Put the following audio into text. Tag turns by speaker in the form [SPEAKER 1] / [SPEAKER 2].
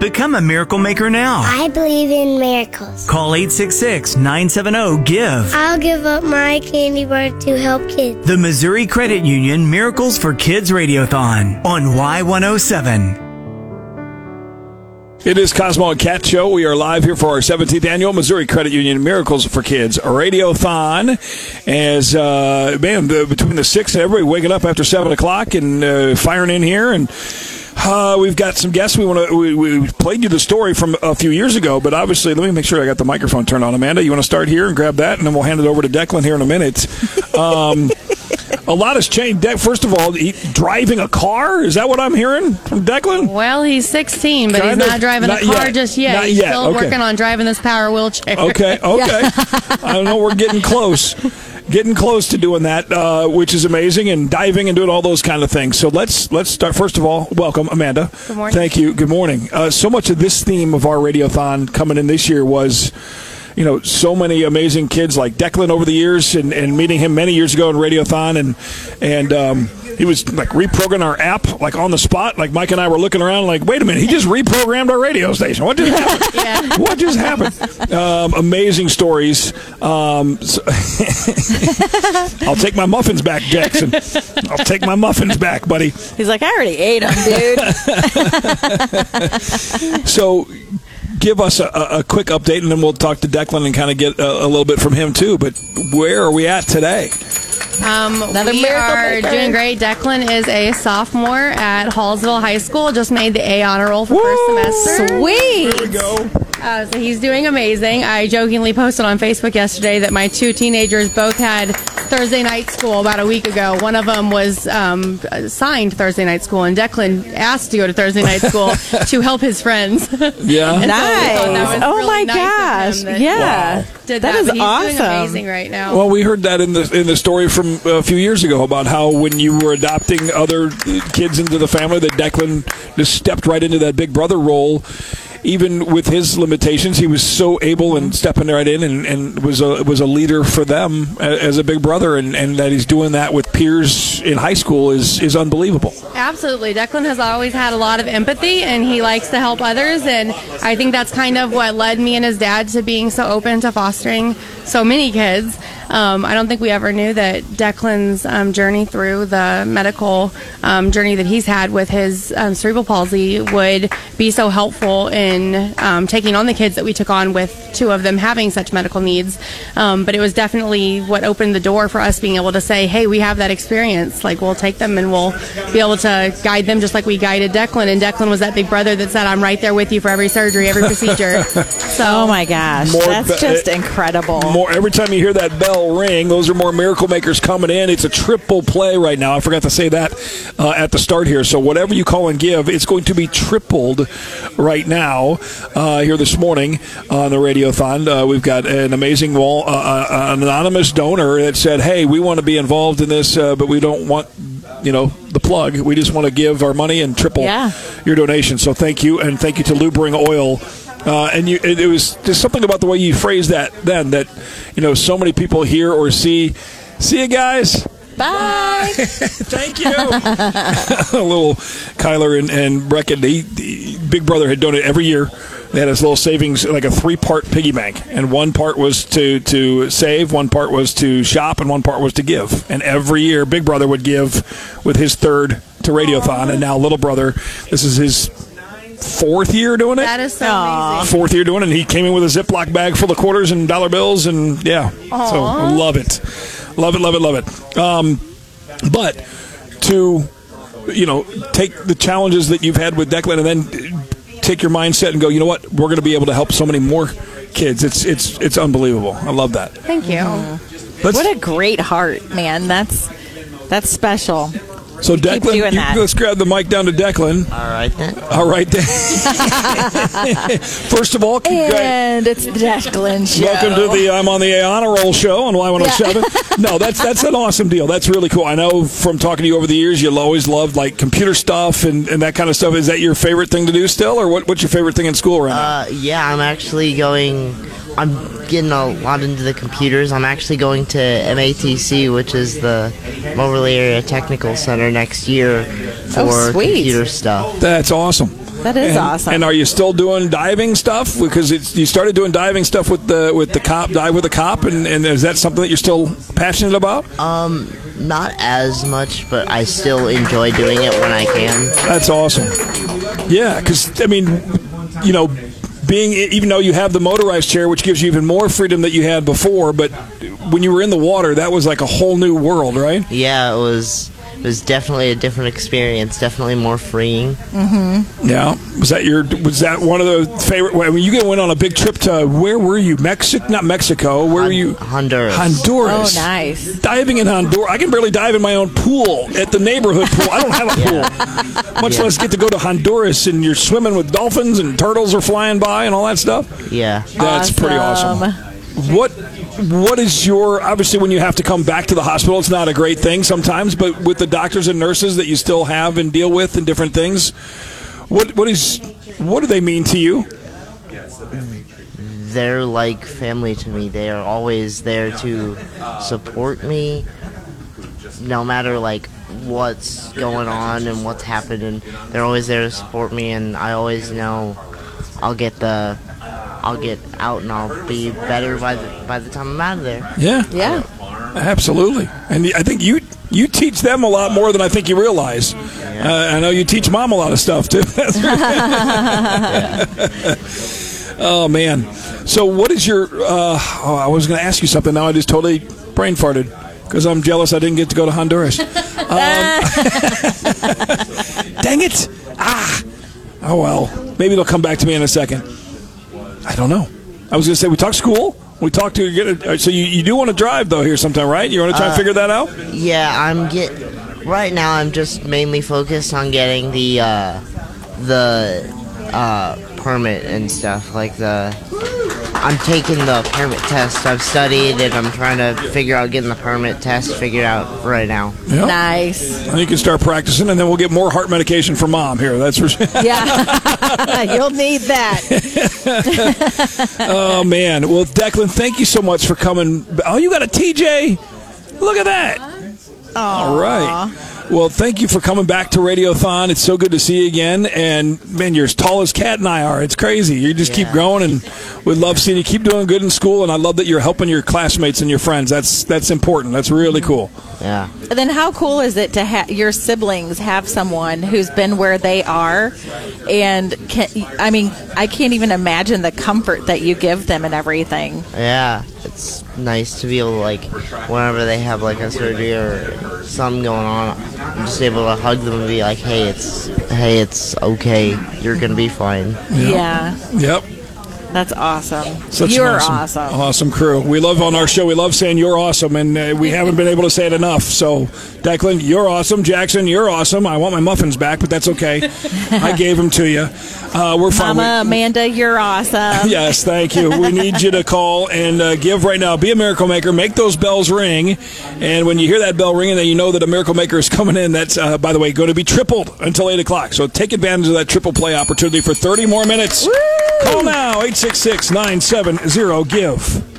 [SPEAKER 1] Become a miracle maker now.
[SPEAKER 2] I believe in miracles.
[SPEAKER 1] Call 866 970 GIVE.
[SPEAKER 2] I'll give up my candy bar to help kids.
[SPEAKER 1] The Missouri Credit Union Miracles for Kids Radiothon on Y107.
[SPEAKER 3] It is Cosmo and Cat Show. We are live here for our 17th annual Missouri Credit Union Miracles for Kids Radiothon. As uh, man, the, between the six and everybody waking up after seven o'clock and uh, firing in here, and uh, we've got some guests. We want to. We, we played you the story from a few years ago, but obviously, let me make sure I got the microphone turned on. Amanda, you want to start here and grab that, and then we'll hand it over to Declan here in a minute. Um, a lot has changed. De- First of all, he, driving a car is that what I'm hearing from Declan?
[SPEAKER 4] Well, he's 16, but
[SPEAKER 3] Kind
[SPEAKER 4] he's
[SPEAKER 3] of.
[SPEAKER 4] not driving
[SPEAKER 3] Not
[SPEAKER 4] a car
[SPEAKER 3] yet.
[SPEAKER 4] just yet.
[SPEAKER 3] Not
[SPEAKER 4] he's
[SPEAKER 3] yet.
[SPEAKER 4] still
[SPEAKER 3] Okay.
[SPEAKER 4] working on driving this power wheelchair.
[SPEAKER 3] Okay, okay. I don't know. We're getting close, getting close to doing that, uh, which is amazing, and diving and doing all those kind of things. So let's let's start. First of all, welcome Amanda. Good
[SPEAKER 4] morning.
[SPEAKER 3] Thank you. Good morning. Uh, so much of this theme of our radiothon coming in this year was. You know, so many amazing kids like Declan over the years, and, and meeting him many years ago in Radiothon, and and um, he was like reprogramming our app like on the spot. Like Mike and I were looking around, like, wait a minute, he just reprogrammed our radio station. What just happened? What just happened? Um, amazing stories. Um, so- I'll take my muffins back, Jackson. I'll take my muffins back, buddy.
[SPEAKER 5] He's like, I already ate them, dude.
[SPEAKER 3] So, give us a, a a quick update, and then we'll talk to Declan and kind of get a, a little bit from him too. But where are we at today?
[SPEAKER 4] Um,
[SPEAKER 5] Another
[SPEAKER 4] we
[SPEAKER 5] miracle
[SPEAKER 4] are
[SPEAKER 5] maker.
[SPEAKER 4] doing great. Declan is a sophomore at Hallsville High School. Just made the A honor roll for first semester.
[SPEAKER 5] Sweet.
[SPEAKER 3] we go.
[SPEAKER 4] Uh, so he's doing amazing. I jokingly posted on Facebook yesterday that my two teenagers both had Thursday night school about a week ago. One of them was um, assigned Thursday night school, and Declan asked to go to Thursday night school to help his friends.
[SPEAKER 3] Yeah.
[SPEAKER 4] I
[SPEAKER 5] Nice.
[SPEAKER 4] thought that was
[SPEAKER 5] oh
[SPEAKER 4] really
[SPEAKER 5] my
[SPEAKER 4] nice of
[SPEAKER 5] gosh.
[SPEAKER 4] him that
[SPEAKER 5] yeah.
[SPEAKER 4] Did
[SPEAKER 5] that is
[SPEAKER 4] but he's
[SPEAKER 5] awesome.
[SPEAKER 4] Doing amazing right now.
[SPEAKER 3] Well, we heard that in the in the story from a few years ago about how when you were adopting other kids into the family, that Declan just stepped right into that big brother role. Even with his limitations, he was so able and stepping right in, and, and was a was a leader for them a- as a big brother, and, and that he's doing that with peers in high school is is unbelievable.
[SPEAKER 4] Absolutely. Declan has always had a lot of empathy and he likes to help others. And I think that's kind of what led me and his dad to being so open to fostering so many kids. Um, I don't think we ever knew that Declan's um, journey through the medical um, journey that he's had with his um, cerebral palsy would be so helpful in um, taking on the kids that we took on with two of them having such medical needs. Um, but it was definitely what opened the door for us being able to say, hey, we have that experience. Like, we'll take them and we'll be able to guide them just like we guided Declan. And Declan was that big brother that said, I'm right there with you for every surgery, every procedure. so,
[SPEAKER 5] Oh my gosh.
[SPEAKER 3] More
[SPEAKER 5] That's
[SPEAKER 3] ba-
[SPEAKER 5] just incredible.
[SPEAKER 3] More every time you hear that bell ring, those are more miracle makers coming in. It's a triple play right now. I forgot to say that uh, at the start here. So whatever you call and give, it's going to be tripled right now uh, here this morning on the radiothon. Uh, we've got an amazing wall, uh, uh, an anonymous donor that said, "Hey, we want to be involved in this, uh, but we don't want." You know the plug. We just want to give our money and triple
[SPEAKER 5] Yeah.
[SPEAKER 3] your donation. So thank you, and thank you to Lubring Oil. Uh, and you, it, it was just something about the way you phrased that then that, you know, so many people hear or see. See you guys.
[SPEAKER 5] Bye.
[SPEAKER 3] Thank you. a little Kyler and, and Brecken, they, the Big Brother had done it every year. They had this little savings, like a three-part piggy bank, and one part was to to save, one part was to shop, and one part was to give. And every year, Big Brother would give with his third to Radiothon, and now Little Brother, this is his fourth year doing it.
[SPEAKER 4] that is so amazing.
[SPEAKER 3] Fourth year doing it, and he came in with a Ziploc bag full of quarters and dollar bills, and yeah, so love it, love it, love it, love it. Um, but to you know, take the challenges that you've had with Declan, and then take your mindset and go, you know what, we're going to be able to help so many more kids. It's it's it's unbelievable. I love that.
[SPEAKER 4] Thank you.
[SPEAKER 3] Let's,
[SPEAKER 5] What a great heart, man. That's that's special.
[SPEAKER 3] so
[SPEAKER 5] keep
[SPEAKER 3] Declan,
[SPEAKER 5] doing
[SPEAKER 3] you-
[SPEAKER 5] that.
[SPEAKER 3] let's grab the mic down to Declan.
[SPEAKER 6] All right then.
[SPEAKER 3] All right, then. first of all, congrats.
[SPEAKER 5] And it's the Declan show.
[SPEAKER 3] Welcome to the I'm on the A Honor Roll show on Y107. no, that's that's an awesome deal. That's really cool. I know from talking to you over the years, you always loved like computer stuff and, and that kind of stuff. Is that your favorite thing to do still, or what, what's your favorite thing in school right now?
[SPEAKER 6] Uh, yeah, I'm actually going. I'm getting a lot into the computers. I'm actually going to MATC, which is the Mobile Area Technical Center, next year for
[SPEAKER 5] Oh, sweet.
[SPEAKER 6] computer stuff.
[SPEAKER 3] That's awesome.
[SPEAKER 5] That is awesome.
[SPEAKER 3] And are you still doing diving stuff? Because it's, you started doing diving stuff with the with the cop dive with the cop, and, and is that something that you're still passionate about?
[SPEAKER 6] Um, Not as much, but I still enjoy doing it when I can.
[SPEAKER 3] That's awesome. Yeah, because I mean, you know, being e, even though you have the motorized chair, which gives you even more freedom that you had before, but when you were in the water, that was like a whole new world, right?
[SPEAKER 6] Yeah, it was it was definitely a different experience. Definitely more freeing.
[SPEAKER 3] Yeah. Was that your? Was that one of the favorite? When you went on a big trip to where were you? Mexico? Not Mexico. Where were you?
[SPEAKER 6] Honduras.
[SPEAKER 5] oh,
[SPEAKER 3] Honduras.
[SPEAKER 5] nice.
[SPEAKER 3] Diving in Honduras, I can barely dive in my own pool at the neighborhood pool. I don't have a pool, much less get to go to Honduras and you're swimming with dolphins and turtles are flying by and all that stuff.
[SPEAKER 6] Yeah.
[SPEAKER 3] That's pretty awesome. What what is your obviously when you have to come back to the hospital it's not a great thing sometimes but with the doctors and nurses that you still have and deal with and different things what what is what do they mean to you?
[SPEAKER 6] They're like family to me. They are always there to support me, no matter like what's going on and what's happening. They're always there to support me, and I always know I'll get the. I'll get out and I'll be better by the, by the time I'm out of there.
[SPEAKER 3] Yeah.
[SPEAKER 5] Yeah.
[SPEAKER 3] Absolutely, and I think you you teach them a lot more than I think you realize. Uh, I know you teach mom a lot of stuff too. oh man! So what is your? Uh, oh, I was going to ask you something. Now I just totally brain farted because I'm jealous. I didn't get to go to Honduras. Um, dang it! Ah. Oh well. Maybe they'll come back to me in a second. I don't know. I was going to say we talk school. We talk to get a, uh, so you, you do want to drive though here sometime, right? You want to try and figure that out?
[SPEAKER 6] Yeah, I'm get. Right now, I'm just mainly focused on getting the uh, the uh, permit and stuff. Like the, I'm taking the permit test. I've studied and I'm trying to figure out getting the permit test figured out right now.
[SPEAKER 3] Yeah.
[SPEAKER 5] Nice.
[SPEAKER 3] And you can start practicing, and then we'll get more heart medication for mom here. That's for sure.
[SPEAKER 5] Yeah. You'll need that.
[SPEAKER 3] oh man. Well, Declan, thank you so much for coming. Oh, you got a TJ. Look at that. All right. Well, thank you for coming back to Radiothon. It's so good to see you again. And man, you're as tall as Kat and I are. It's crazy. You just keep
[SPEAKER 6] Yeah.
[SPEAKER 3] growing, and we love seeing you keep doing good in school. And I love that you're helping your classmates and your friends. That's that's important. That's really cool.
[SPEAKER 6] Yeah.
[SPEAKER 5] then how cool is it to have your siblings have someone who's been where they are and can, I mean, I can't even imagine the comfort that you give them and everything.
[SPEAKER 6] Yeah, it's nice to be able to, like, whenever they have, like, a surgery or something going on, I'm just able to hug them and be like, hey, it's, hey, it's okay. You're gonna be fine.
[SPEAKER 5] Yeah.
[SPEAKER 3] Yep.
[SPEAKER 5] That's awesome.
[SPEAKER 3] Such an
[SPEAKER 5] You're
[SPEAKER 3] awesome, awesome crew. We love on our show. We love saying you're awesome, and uh, we haven't been able to say it enough. So, Declan, you're awesome. Jackson, you're awesome. I want my muffins back, but that's okay. I gave them to you. Uh, we're fine.
[SPEAKER 5] Mama,
[SPEAKER 3] We-
[SPEAKER 5] Amanda, you're awesome.
[SPEAKER 3] Yes, thank you. We need you to call and uh, give right now. Be a miracle maker. Make those bells ring. And when you hear that bell ringing, then you know that a miracle maker is coming in. That's, uh, by the way, going to be tripled until 8 o'clock. So take advantage of that triple play opportunity for 30 more minutes. Call now, 866 970 GIVE.